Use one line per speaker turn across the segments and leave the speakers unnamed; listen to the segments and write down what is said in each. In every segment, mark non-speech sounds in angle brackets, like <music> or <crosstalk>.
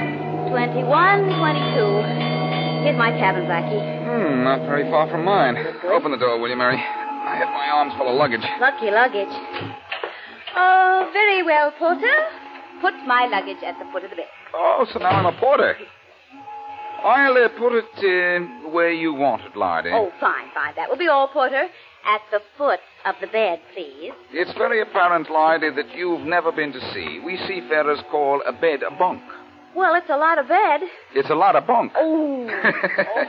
Twenty-one, twenty-two. Here's my cabin, Blackie.
Hmm, not very far from mine. Open the door, will you, Mary? I have my arms full of luggage.
Lucky luggage. Oh, very well, Porter. Put my luggage at the foot of the bed.
Oh, so now I'm a porter. I'll uh, put it uh, where you want it, Lottie.
Oh, fine, fine. That will be all, Porter. At the foot of the bed, please.
It's very apparent, Lottie, that you've never been to sea. We seafarers call a bed a bunk.
Well, it's a lot of bed.
It's a lot of bunk. <laughs>
Oh.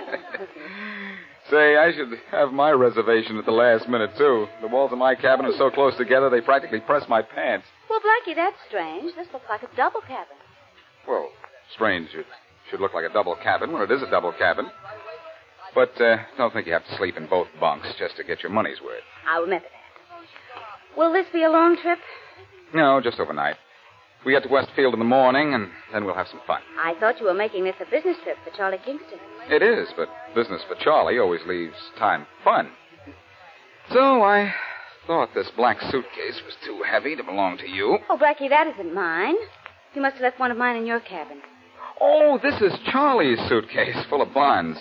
Say, I should have my reservation at the last minute, too. The walls of my cabin are so close together they practically press my pants.
well, Blackie, that's strange. This looks like a double cabin.
Well, strange. It should look like a double cabin when it is a double cabin. But uh, don't think you have to sleep in both bunks just to get your money's worth.
I'll remember that. Will this be a long trip?
No, just overnight. We get to Westfield in the morning, and then we'll have some fun.
I thought you were making this a business trip for Charlie Kingston.
It is, but business for Charlie always leaves time for fun. So I thought this black suitcase was too heavy to belong to you.
Oh, Blackie, that isn't mine. You must have left one of mine in your cabin.
Oh, this is Charlie's suitcase full of bonds.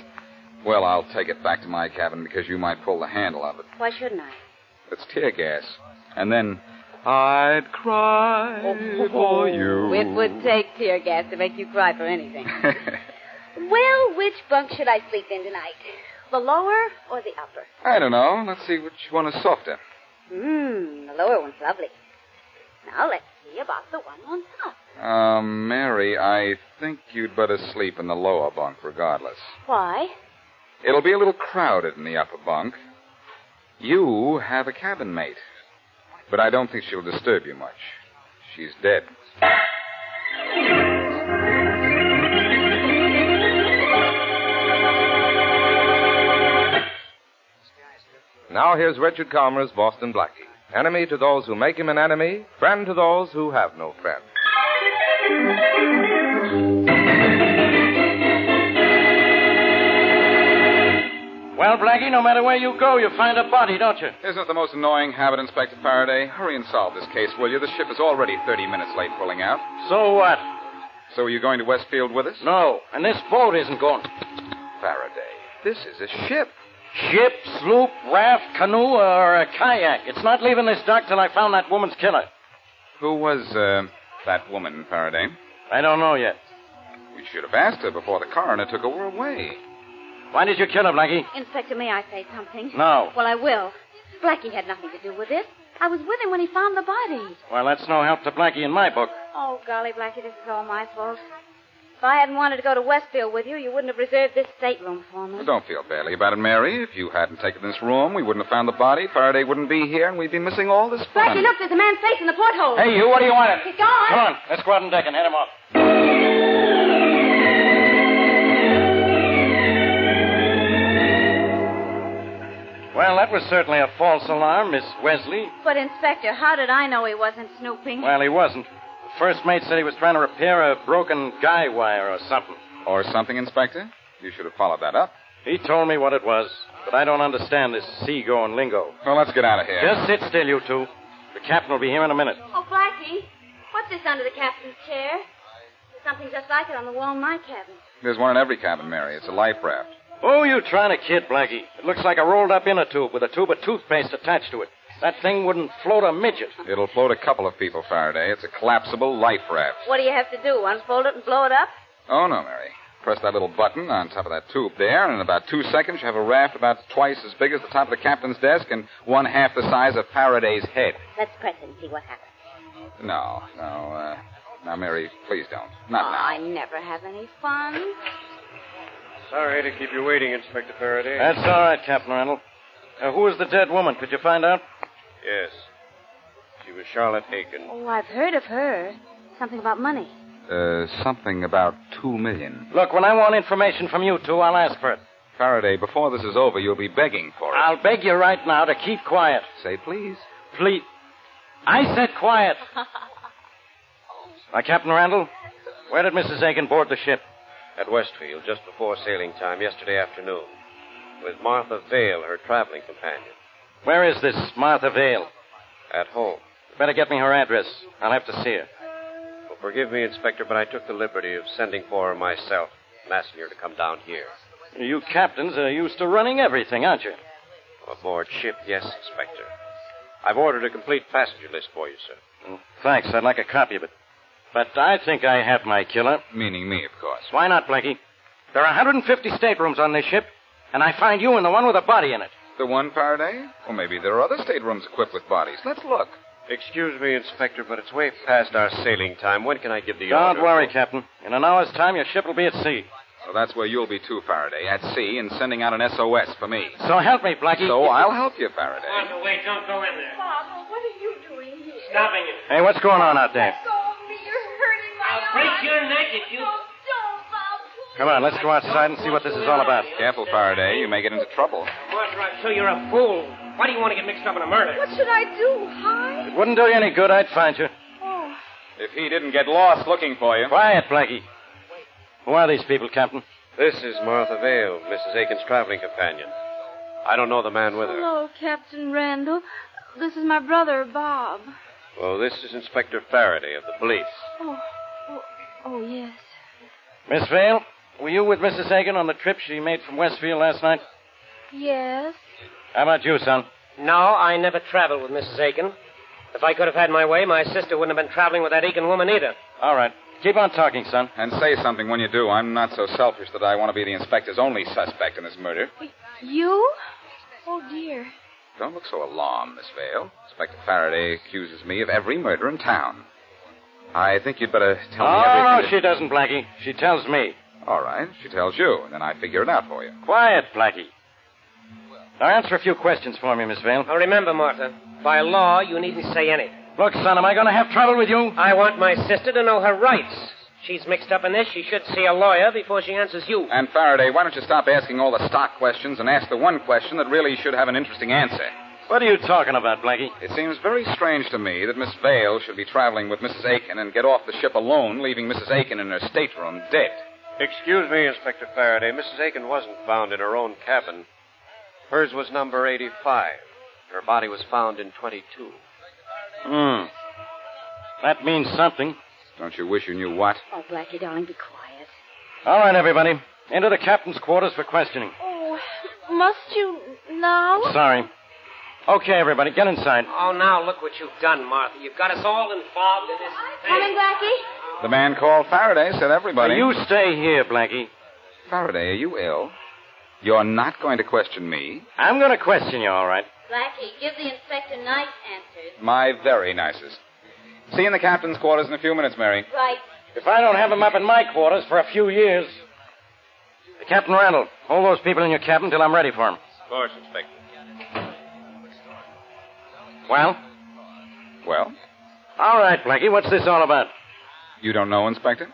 Well, I'll take it back to my cabin because you might pull the handle of it.
Why shouldn't I?
It's tear gas. And then I'd cry
Oh.
for you.
It Mm-hmm. would take tear gas to make you cry for <laughs> anything. well, which bunk should I sleep in tonight? The lower or the upper?
I don't know. Let's see which one is softer.
Mmm, the lower one's lovely. Now let's see about the one on top.
Uh, Mary, I think you'd better sleep in the lower bunk regardless.
Why?
It'll be a little crowded in the upper bunk. You have a cabin mate, but I don't think she'll disturb you much. She's dead.
Now here's Richard Calmer's Boston Blackie. Enemy to those who make him an enemy, friend to those who have no friend.
Well, Blackie, no matter where you go, you find a body, don't you?
Isn't it the most annoying habit, Inspector Faraday? Hurry and solve this case, will you? The ship is already 30 minutes late pulling out.
So what?
So are you going to Westfield with us?
No, and this boat isn't going.
Faraday, this is a ship.
Ship, sloop, raft, canoe, or a kayak. It's not leaving this dock till I found that woman's killer.
Who was uh, that woman, Faraday?
I don't know yet.
We should have asked her before the coroner took her away.
Why did you kill her, Blackie?
Inspector, may I say something?
No.
Well, I will. Blackie had nothing to do with it. I was with him when he found the body.
Well, that's no help to Blackie in my book.
Oh, golly, Blackie, this is all my fault. If I hadn't wanted to go to Westfield with you, you wouldn't have reserved this stateroom for me.
Well, don't feel badly about it, Mary. If you hadn't taken this room, we wouldn't have found the body. Faraday wouldn't be here, and we'd be missing all this fun.
Blackie, look, there's a man's face in the porthole.
Hey, you, what do you want?
He's gone.
Come on, let's go out on deck and head him off. Well, that was certainly a false alarm, Miss Wesley.
But, Inspector, how did I know he wasn't snooping?
Well, he wasn't. The first mate said he was trying to repair a broken guy wire or something.
Or something, Inspector? You should have followed that up.
He told me what it was. but I don't understand this seagoing lingo.
Well, let's get out of here.
Just sit still, you two. The captain will be here in a minute.
Oh, Blackie, what's this under the captain's chair? There's something just like it on the wall in my cabin.
There's one in every cabin, Mary. It's a life raft.
Oh, you trying to kid, Blackie. It looks like a rolled up inner tube with a tube of toothpaste attached to it. That thing wouldn't float a midget.
It'll float a couple of people, Faraday. It's a collapsible life raft.
What do you have to do? Unfold it and blow it up?
Oh, no, Mary. Press that little button on top of that tube there, and in about two seconds, you have a raft about twice as big as the top of the captain's desk and one half the size of Faraday's head.
Let's press it and see what happens.
No, no, uh, now, Mary, please don't. Not
oh,
now.
I never have any fun.
Sorry to keep you waiting, Inspector Faraday.
That's all right, Captain Randall. Uh, who is the dead woman? Could you find out?
Yes. She was Charlotte Haken.
Oh, I've heard of her. Something about money.
Uh, something about two million.
Look, when I want information from you two, I'll ask for it.
Faraday, before this is over, you'll be begging for it.
I'll beg you right now to keep quiet.
Say please.
Please. I said quiet. Now, Captain Randall, where did Mrs. Aiken board the ship?
At Westfield, just before sailing time yesterday afternoon. With Martha Vale, her traveling companion.
Where is this Martha Vale?
At home.
Better get me her address. I'll have to see her.
Well, forgive me, Inspector, but I took the liberty of sending for her myself and asking her to come down here.
You captains are used to running everything, aren't you?
Aboard ship, yes, Inspector. I've ordered a complete passenger list for you, sir.
Mm, Thanks. I'd like a copy of it. But I think I have my killer.
Meaning me, of course.
Why not, Blackie? There are 150 staterooms on this ship, and I find you in the one with a body in it.
The one Faraday? Well, maybe there are other staterooms equipped with bodies. Let's look.
Excuse me, Inspector, but it's way past our sailing time. When can I give the order?
Don't worry, Captain. In an hour's time, your ship will be at sea.
So that's where you'll be too, Faraday, at sea, and sending out an SOS for me.
So help me, Blackie.
So I'll help you, Faraday.
Martha, wait, don't go in there.
Bob, what are you doing here?
Stopping it.
Hey, what's going on out there?
Go of me. You're hurting my
I'll
arm.
break your neck if you.
No,
Oh,
don't, Bob. Please.
Come on, let's go outside and see what this is all about.
Careful, Faraday. You may get into trouble.
Martha, I show you're a fool. Why do you want to get mixed up in a murder?
What should I do? Hide?
It wouldn't do you any good. I'd find you.
Oh,
If he didn't get lost looking for you.
Quiet, Blackie. Who are these people, Captain?
This is Martha Vale, Mrs. Aiken's traveling companion. I don't know the man with her.
hello, Captain Randall. This is my brother, Bob.
Well, this is Inspector Faraday of the police.
Oh, oh, oh yes.
Miss Vale, were you with Mrs. Hagan on the trip she made from Westfield last night?
Yes.
How about you, son?
No, I never traveled with Mrs. Aiken. If I could have had my way, my sister wouldn't have been traveling with that Aiken woman either.
All right. Keep on talking, son.
And say something when you do. I'm not so selfish that I want to be the inspector's only suspect in this murder.
You? Oh, dear.
Don't look so alarmed, Miss Vale. Inspector Faraday accuses me of every murder in town. I think you'd better tell me
Oh, no,
everything.
she doesn't, Blackie. She tells me.
All right, she tells you, and then I figure it out for you.
Quiet, Blackie. Now answer a few questions for me, Miss Vale.
Now remember, Martha, by law, you needn't say anything.
Look, son, am I going to have trouble with you?
I want my sister to know her rights. She's mixed up in this. She should see a lawyer before she answers you.
And Faraday, why don't you stop asking all the stock questions and ask the one question that really should have an interesting answer?
What are you talking about, Blackie?
It seems very strange to me that Miss Vale should be traveling with Mrs. Aiken and get off the ship alone, leaving Mrs. Aiken in her stateroom dead.
Excuse me, Inspector Faraday. Mrs. Aiken wasn't found in her own cabin. Hers was number 85. Her body was found in 22.
Hmm. That means something.
Don't you wish you knew what?
Oh, Blackie, darling, be quiet.
All right, everybody. Into the captain's quarters for questioning.
Oh, must you now?
Sorry. Okay, everybody, get inside.
Oh, now look what you've done, Martha. You've got us all involved in this thing.
Come in, Blackie.
The man called Faraday said everybody.
You stay here, Blackie.
Faraday, are you ill? You're not going to question me.
I'm going to question you, all right.
Blackie, give the inspector nice answers.
My very nicest. See you in the captain's quarters in a few minutes, Mary.
Right.
If I don't have them up in my quarters for a few years. Captain Randall, hold those people in your cabin till I'm ready for them.
Of course, Inspector.
Well?
Well,
All right, Blackie, what's this all about?
you don't know, Inspector?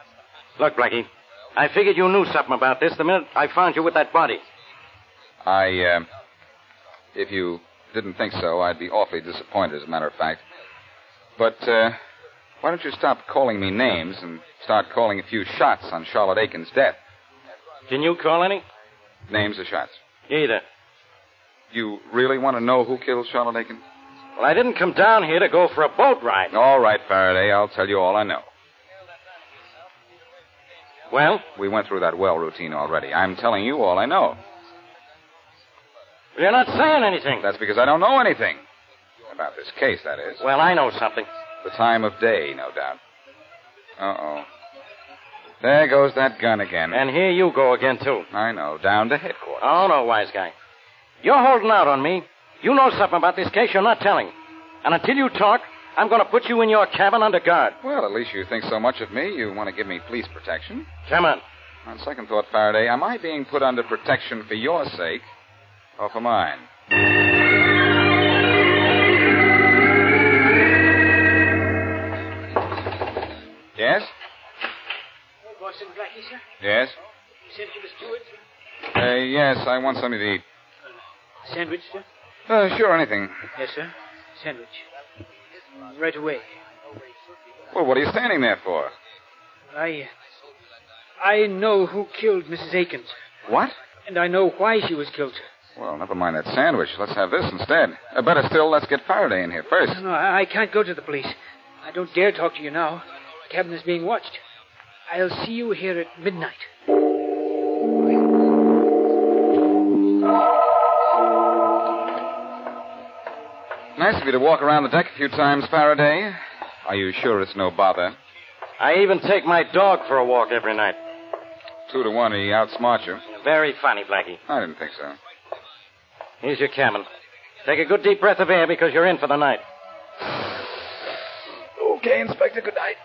Look, Blackie, I figured you knew something about this the minute I found you with that body.
I, uh, if you didn't think so, I'd be awfully disappointed, as a matter of fact. But, uh, why don't you stop calling me names and start calling a few shots on Charlotte Aiken's death?
Can you call any?
Names or shots?
Either.
You really want to know who killed Charlotte Aiken?
Well, I didn't come down here to go for a boat ride.
All right, Faraday, I'll tell you all I know.
Well,
We went through that well routine already. I'm telling you all I know.
you're not saying anything.
That's because I don't know anything. About this case, that is.
Well, I know something.
The time of day, no doubt. Uh oh. There goes that gun again.
And here you go again, too.
I know, down to headquarters. Uh,
Oh, no, wise guy. You're holding out on me. You know something about this case you're not telling. And until you talk, I'm going to put you in your cabin under guard.
Well, at least you think so much of me, you want to give me police protection.
Come on.
On second thought, Faraday, am I being put under protection for your sake or for mine? Yes?
Boston Blackie, sir?
Yes?
You said you was Stewart?
Uh, yes, I want something to eat.
Sandwich, sir?
Uh, sure, anything.
Yes, sir. Sandwich. Right away.
Well, what are you standing there for?
I. I know who killed Mrs. Aikens,
What?
and I know why she was killed.
Well, never mind that sandwich. Let's have this instead. Uh, better still, let's get Faraday in here first.
No, no, I, I can't go to the police. I don't dare talk to you now. The cabin is being watched. I'll see you here at midnight.
Nice of you to walk around the deck a few times, Faraday. Are you sure it's no bother?
I even take my dog for a walk every night.
Two to one, he outsmarts you.
Very funny, Blackie.
I didn't think so.
Here's your cabin. Take a good deep breath of air because you're in for the night.
Okay, Inspector, good night.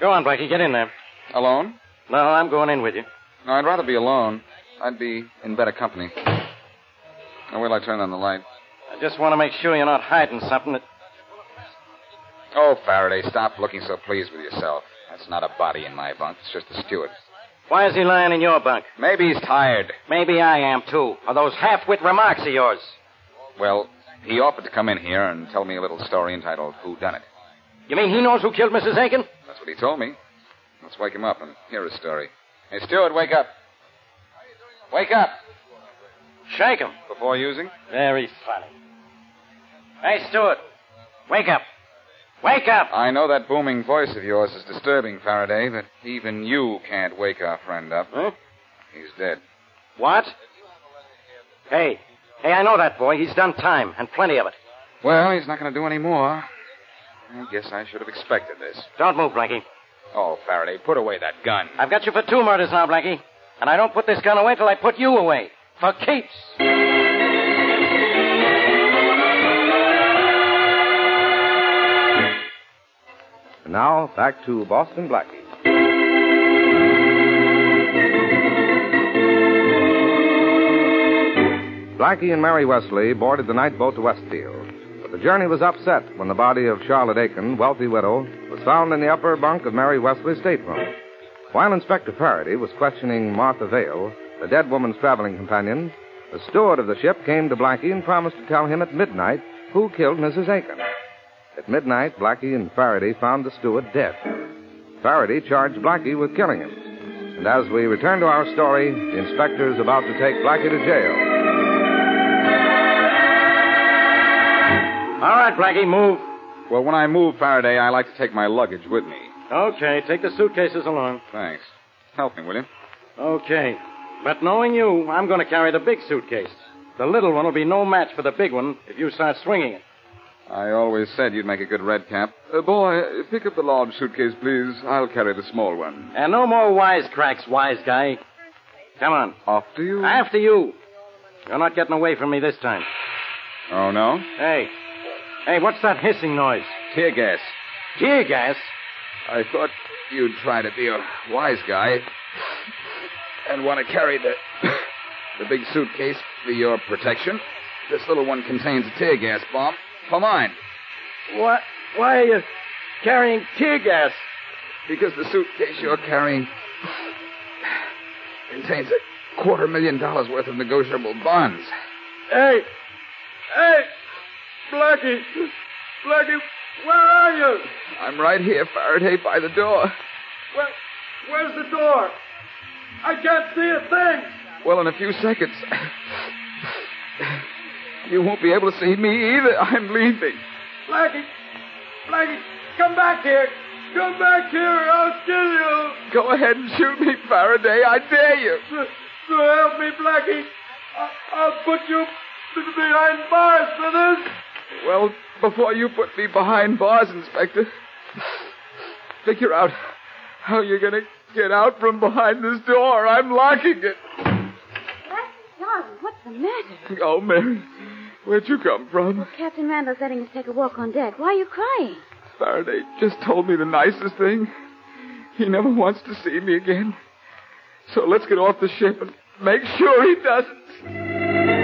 Go on, Blackie. Get in there.
Alone?
No, I'm going in with you.
No, I'd rather be alone. I'd be in better company. Now, wait till I turn on the light.
I just want to make sure you're not hiding something that.
Oh, Faraday, stop looking so pleased with yourself. That's not a body in my bunk. It's just a steward.
Why is he lying in your bunk?
Maybe he's tired.
Maybe I am, too. Or those half-wit remarks of yours.
Well, he offered to come in here and tell me a little story entitled Who Done It.
You mean he knows who killed Mrs. Aiken?
That's what he told me. Let's wake him up and hear his story. Hey, Steward, wake up. Wake up.
Shake him.
Before using?
Very funny. Hey, Stewart. Wake up. Wake up.
I know that booming voice of yours is disturbing, Faraday, but even you can't wake our friend up.
Huh?
He's dead.
What? Hey. Hey, I know that boy. He's done time, and plenty of it.
Well, he's not going to do any more. I guess I should have expected this.
Don't move, Blackie.
Oh, Faraday, put away that gun.
I've got you for two murders now, Blackie. And I don't put this gun away till I put you away. For keeps.
And now, back to Boston Blackie. Blackie and Mary Wesley boarded the night boat to Westfield. But the journey was upset when the body of Charlotte Aiken, wealthy widow, was found in the upper bunk of Mary Wesley's stateroom. While Inspector Faraday was questioning Martha Vale, the dead woman's traveling companion, the steward of the ship came to Blackie and promised to tell him at midnight who killed Mrs. Aiken. At midnight, Blackie and Faraday found the steward dead. Faraday charged Blackie with killing him. And as we return to our story, the inspector is about to take Blackie to jail.
All right, Blackie, move.
Well, when I move, Faraday, I like to take my luggage with me.
Okay, take the suitcases along.
Thanks. Help me, will you?
Okay. But knowing you, I'm going to carry the big suitcase. The little one will be no match for the big one if you start swinging it.
I always said you'd make a good red cap. Uh, boy, pick up the large suitcase, please. I'll carry the small one.
And Uh, no more wisecracks, wise guy. Come on.
After you?
After you. You're not getting away from me this time.
Oh, no?
Hey. Hey, what's that hissing noise?
Tear gas.
Tear gas?
I thought you'd try to be a wise guy and want to carry the, <coughs> the big suitcase for your protection. This little one contains a tear gas bomb for mine,
What? Why are you carrying tear gas?
because the suitcase you're carrying contains a quarter million dollars worth of negotiable bonds.
Hey! Hey! Blackie! Blackie, where are you?
I'm right here, Faraday, by the door.
Where, where's the door? I can't see a thing!
Well, in a few seconds, You won't be able to see me either. I'm leaving.
Blackie! Blackie! Come back here! Come back here or I'll kill you!
Go ahead and shoot me, Faraday. I dare you.
So, so help me, Blackie! I, I'll put you behind bars for this!
Well, before you put me behind bars, Inspector, figure out how you're going to get out from behind this door. I'm locking it.
Blackie, darling, what's the matter?
Oh, Mary, where'd you come from?
Captain Randall's letting us take a walk on deck. Why are you crying?
Faraday just told me the nicest thing. He never wants to see me again. So let's get off the ship and make sure he doesn't.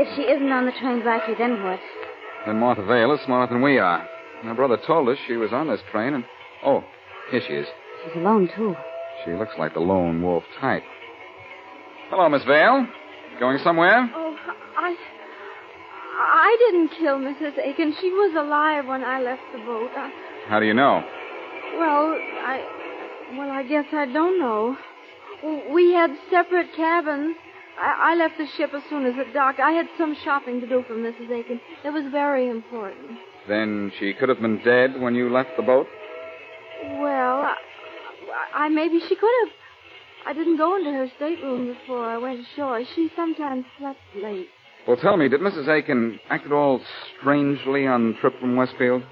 If she isn't on the train, Blackie, then what?
Then Martha Vale is smarter than we are. My brother told us she was on this train and. Oh, here she is.
She's alone, too.
She looks like the lone wolf type. Hello, Miss Vale. Going somewhere?
Oh, I. I didn't kill Mrs. Aiken. She was alive when I left the boat. I,
How do you know?
well, I. Well, I guess I don't know. We had separate cabins. I, I left the ship as soon as it docked. I had some shopping to do for Mrs. Aiken. It was very important.
Then she could have been dead when you left the boat?
Well, I, I maybe she could have. I didn't go into her stateroom before I went ashore. She sometimes slept late.
Well, tell me, did Mrs. Aiken act at all strangely on the trip from Westfield?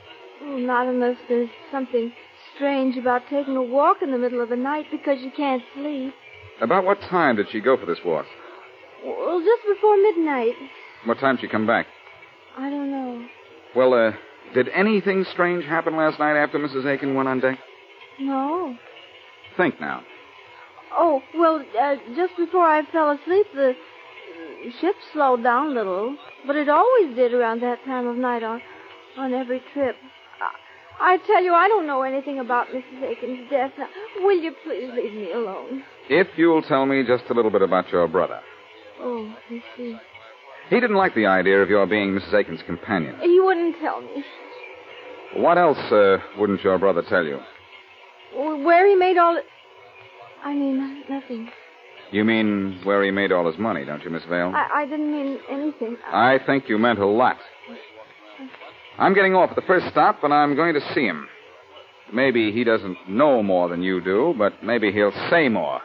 Well, not unless there's something strange about taking a walk in the middle of the night because you can't sleep.
About what time did she go for this walk?
Well, just before midnight.
What time did she come back?
I don't know.
Well, uh, did anything strange happen last night after Mrs. Aiken went on deck?
No.
Think now.
Oh, well, uh, just before I fell asleep, the uh, ship slowed down a little, but it always did around that time of night on on every trip. I, I tell you, I don't know anything about Mrs. Aiken's death. Now, will you please leave me alone?
If you'll tell me just a little bit about your brother.
Oh, I see.
He didn't like the idea of your being Mrs. Aiken's companion.
He wouldn't tell me.
What else uh, wouldn't your brother tell you?
Wh- Where he made all. I mean, nothing.
You mean where he made all his money, don't you, Miss Vale?
I, I didn't mean anything.
I think you meant a lot. I'm getting off at the first stop, and I'm going to see him. Maybe he doesn't know more than you do, but maybe he'll say more.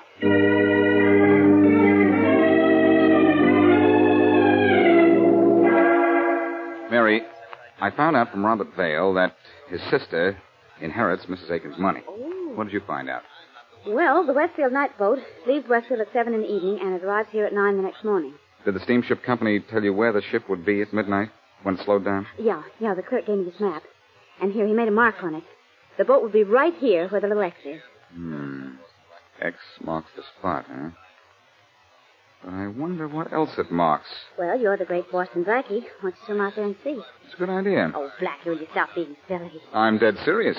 Mary, I found out from Robert Vale that his sister inherits Mrs. Aiken's money. What did you find out?
Well, the Westfield night boat leaves Westfield at 7 in the evening and arrives here at 9 the next morning.
Did the steamship company tell you where the ship would be at midnight when it slowed down?
Yeah, yeah, the clerk gave me this map. And here, he made a mark on it. The boat would be right here where the little X is.
Hmm. X marks the spot, huh? But I wonder what else it marks.
Well, you're the great Boston Blackie. Why don't you swim out there and see?
It's a good idea.
Oh, Blackie, will you stop being silly?
I'm dead serious.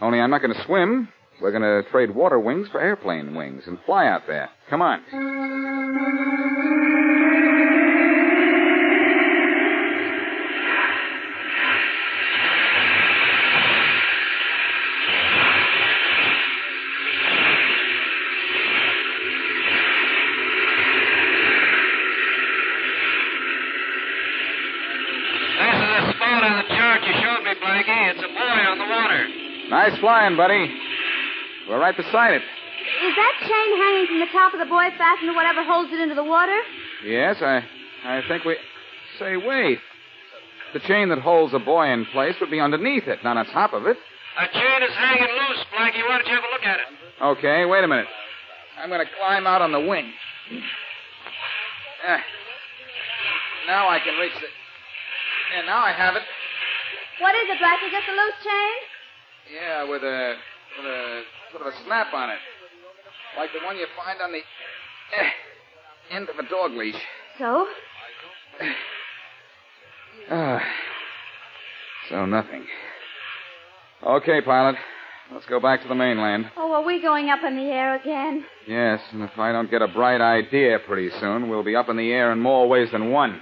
Only I'm not going to swim. We're going to trade water wings for airplane wings and fly out there. Come on.
This is a spot on the chart you showed me, Blackie. It's a buoy on the water.
Nice flying, buddy. We're right beside it.
Is that chain hanging from the top of the buoy fastened to whatever holds it into the water?
Yes, I, I think we. Say, wait. The chain that holds a boy in place would be underneath it, not on top of it.
A chain is hanging loose, Blackie. Why don't you have a look at it?
Okay, wait a minute. I'm going to climb out on the wing. Ah. Now I can reach the. Yeah, now I have it.
What is it, Blackie? Just a loose chain?
Yeah, with a with a sort of a snap on it.
Like the one you find on the eh, end of a dog leash.
So?
Ah. So nothing. Okay, pilot. Let's go back to the mainland.
Oh, are we going up in the air again?
Yes, and if I don't get a bright idea pretty soon, we'll be up in the air in more ways than one.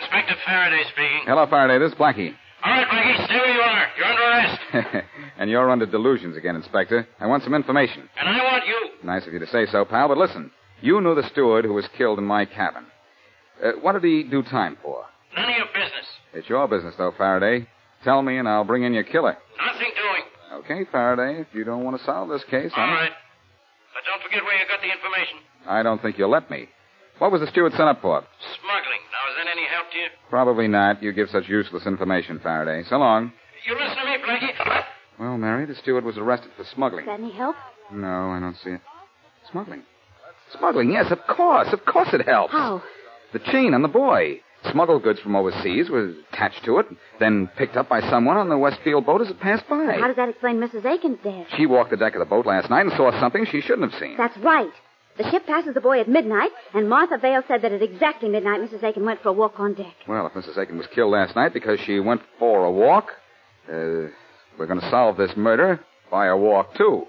Inspector Faraday speaking.
Hello, Faraday. This is Blackie. <laughs>
All right, Blackie, stay where you are. You're under arrest.
and you're under delusions again, Inspector. I want some information.
And I want you.
Nice of you to say so, pal, but listen. You knew the steward who was killed in my cabin. Uh, what did he do time for?
None of your business.
It's your business, though, Faraday. Tell me, and I'll bring in your killer.
Nothing doing.
Okay, Faraday, if you don't want to solve this case,
All
I'm...
right. But don't forget where you got the information.
I don't think you'll let me. What was the steward sent up for?
Smuggling. Now, is that any help to you?
Probably not. You give such useless information, Faraday. So long.
You listen to me, Blackie.
Well, Mary, the steward was arrested for smuggling.
Got any help?
No, I don't see it. Smuggling. Smuggling, yes, of course. Of course it helps.
How?
The chain on the buoy. Smuggled goods from overseas was attached to it, then picked up by someone on the Westfield boat as it passed by.
How does that explain Mrs. Aiken's death?
She walked the deck of the boat last night and saw something she shouldn't have seen.
That's right. The ship passes the boy at midnight, and Martha Vale said that at exactly midnight Mrs. Aiken went for a walk on deck.
Well, if Mrs. Aiken was killed last night because she went for a walk, uh, we're going to solve this murder by a walk, too.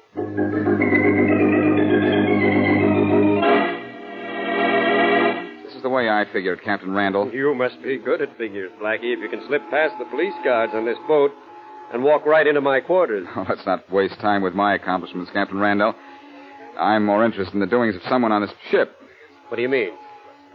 This is the way I figure it, Captain Randall. <laughs>
You must be good at figures, Blackie, if you can slip past the police guards on this boat and walk right into my quarters.
Oh, let's not waste time with my accomplishments, Captain Randall. I'm more interested in the doings of someone on this ship.
What do you mean?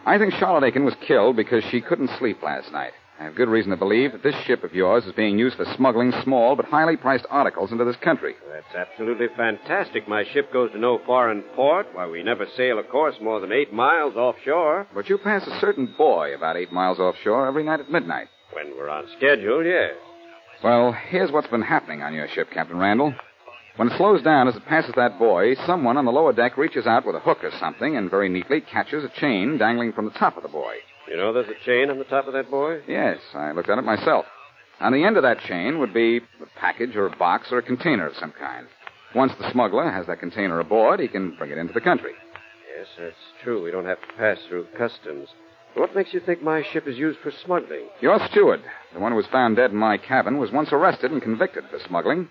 I think Charlotte Aiken was killed because she couldn't sleep last night. I have good reason to believe that this ship of yours is being used for smuggling small but highly priced articles into this country.
That's absolutely fantastic. My ship goes to no foreign port. Why, we never sail a course more than eight miles offshore.
But you pass a certain buoy about eight miles offshore every night at midnight.
When we're on schedule, yes.
Well, here's what's been happening on your ship, Captain Randall. When it slows down as it passes that buoy, someone on the lower deck reaches out with a hook or something and very neatly catches a chain dangling from the top of the buoy.
You know there's a chain on the top of that boy?
Yes, I looked at it myself. On the end of that chain would be a package or a box or a container of some kind. Once the smuggler has that container aboard, he can bring it into the country.
Yes, that's true. We don't have to pass through customs. What makes you think my ship is used for smuggling?
Your steward, the one who was found dead in my cabin, was once arrested and convicted for smuggling.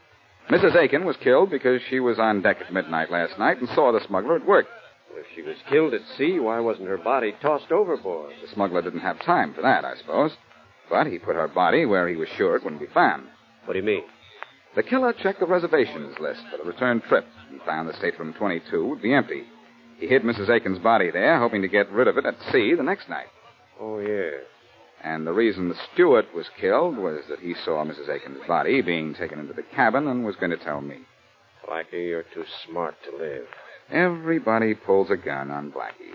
Mrs. Aiken was killed because she was on deck at midnight last night and saw the smuggler at work.
If she was killed at sea, why wasn't her body tossed overboard?
The smuggler didn't have time for that, I suppose. But he put her body where he was sure it wouldn't be found.
What do you mean?
The killer checked the reservations list for the return trip and found the stateroom 22 would be empty. He hid Mrs. Aiken's body there, hoping to get rid of it at sea the next night.
Oh, yeah.
And the reason the steward was killed was that he saw Mrs. Aiken's body being taken into the cabin and was going to tell me.
Blackie, you're too smart to live.
Everybody pulls a gun on Blackie.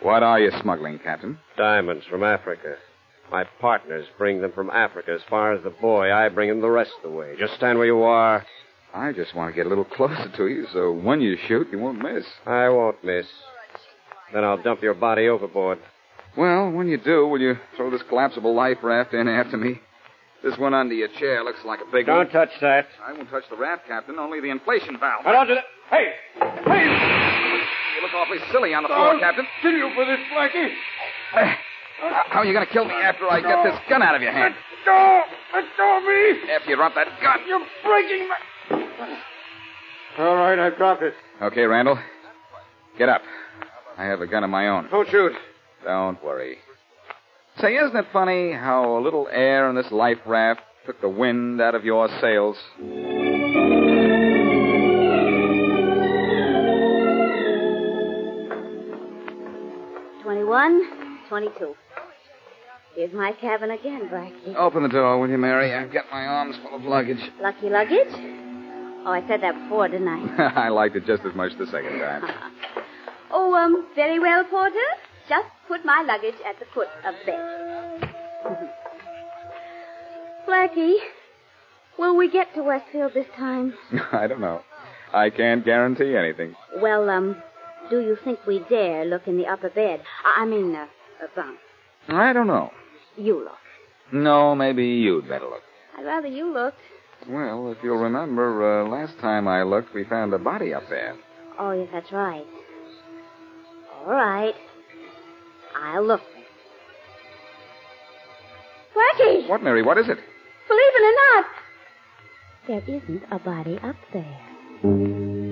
What are you smuggling, Captain?
Diamonds from Africa. My partners bring them from Africa as far as the boy. I bring them the rest of the way. Just stand where you are.
I just want to get a little closer to you so when you shoot, you won't miss.
I won't miss. Then I'll dump your body overboard.
Well, when you do, will you throw this collapsible life raft in after me? This one under your chair looks like a big one.
Don't touch that.
I won't touch the raft, Captain, only the inflation valve.
I don't do that. Hey!
You look awfully silly on the floor,
I'll
Captain.
kill you for this, Blackie.
How are you going to kill me after I get this gun out of your hand?
Go! Let go of me!
After you drop that gun.
You're breaking my...
All right, I dropped it.
Okay, Randall. Get up. I have a gun of my own.
Don't shoot.
Don't worry. Say, isn't it funny how a little air in this life raft took the wind out of your sails?
Twenty-one, twenty-two. Here's my cabin again, Blackie.
Open the door, will you, Mary? I've got my arms full of luggage. <laughs>
Lucky luggage? Oh, I said that before, didn't I?
I liked it just as much the second time. <laughs>
Oh, um, very well, Porter. Just put my luggage at the foot of the bed. <laughs> Blackie, will we get to Westfield this time?
I don't know. I can't guarantee anything.
Well, um, do you think we dare look in the upper bed? I, I mean, uh, uh, bunk.
I don't know.
You look.
No, maybe you'd better look.
I'd rather you looked.
Well, if you'll remember, uh, last time I looked, we found a body up there.
Oh, yes, that's right. All right. I'll look.
Blackie!
What, Mary? What is it?
Believe it or not,
There isn't a body up there.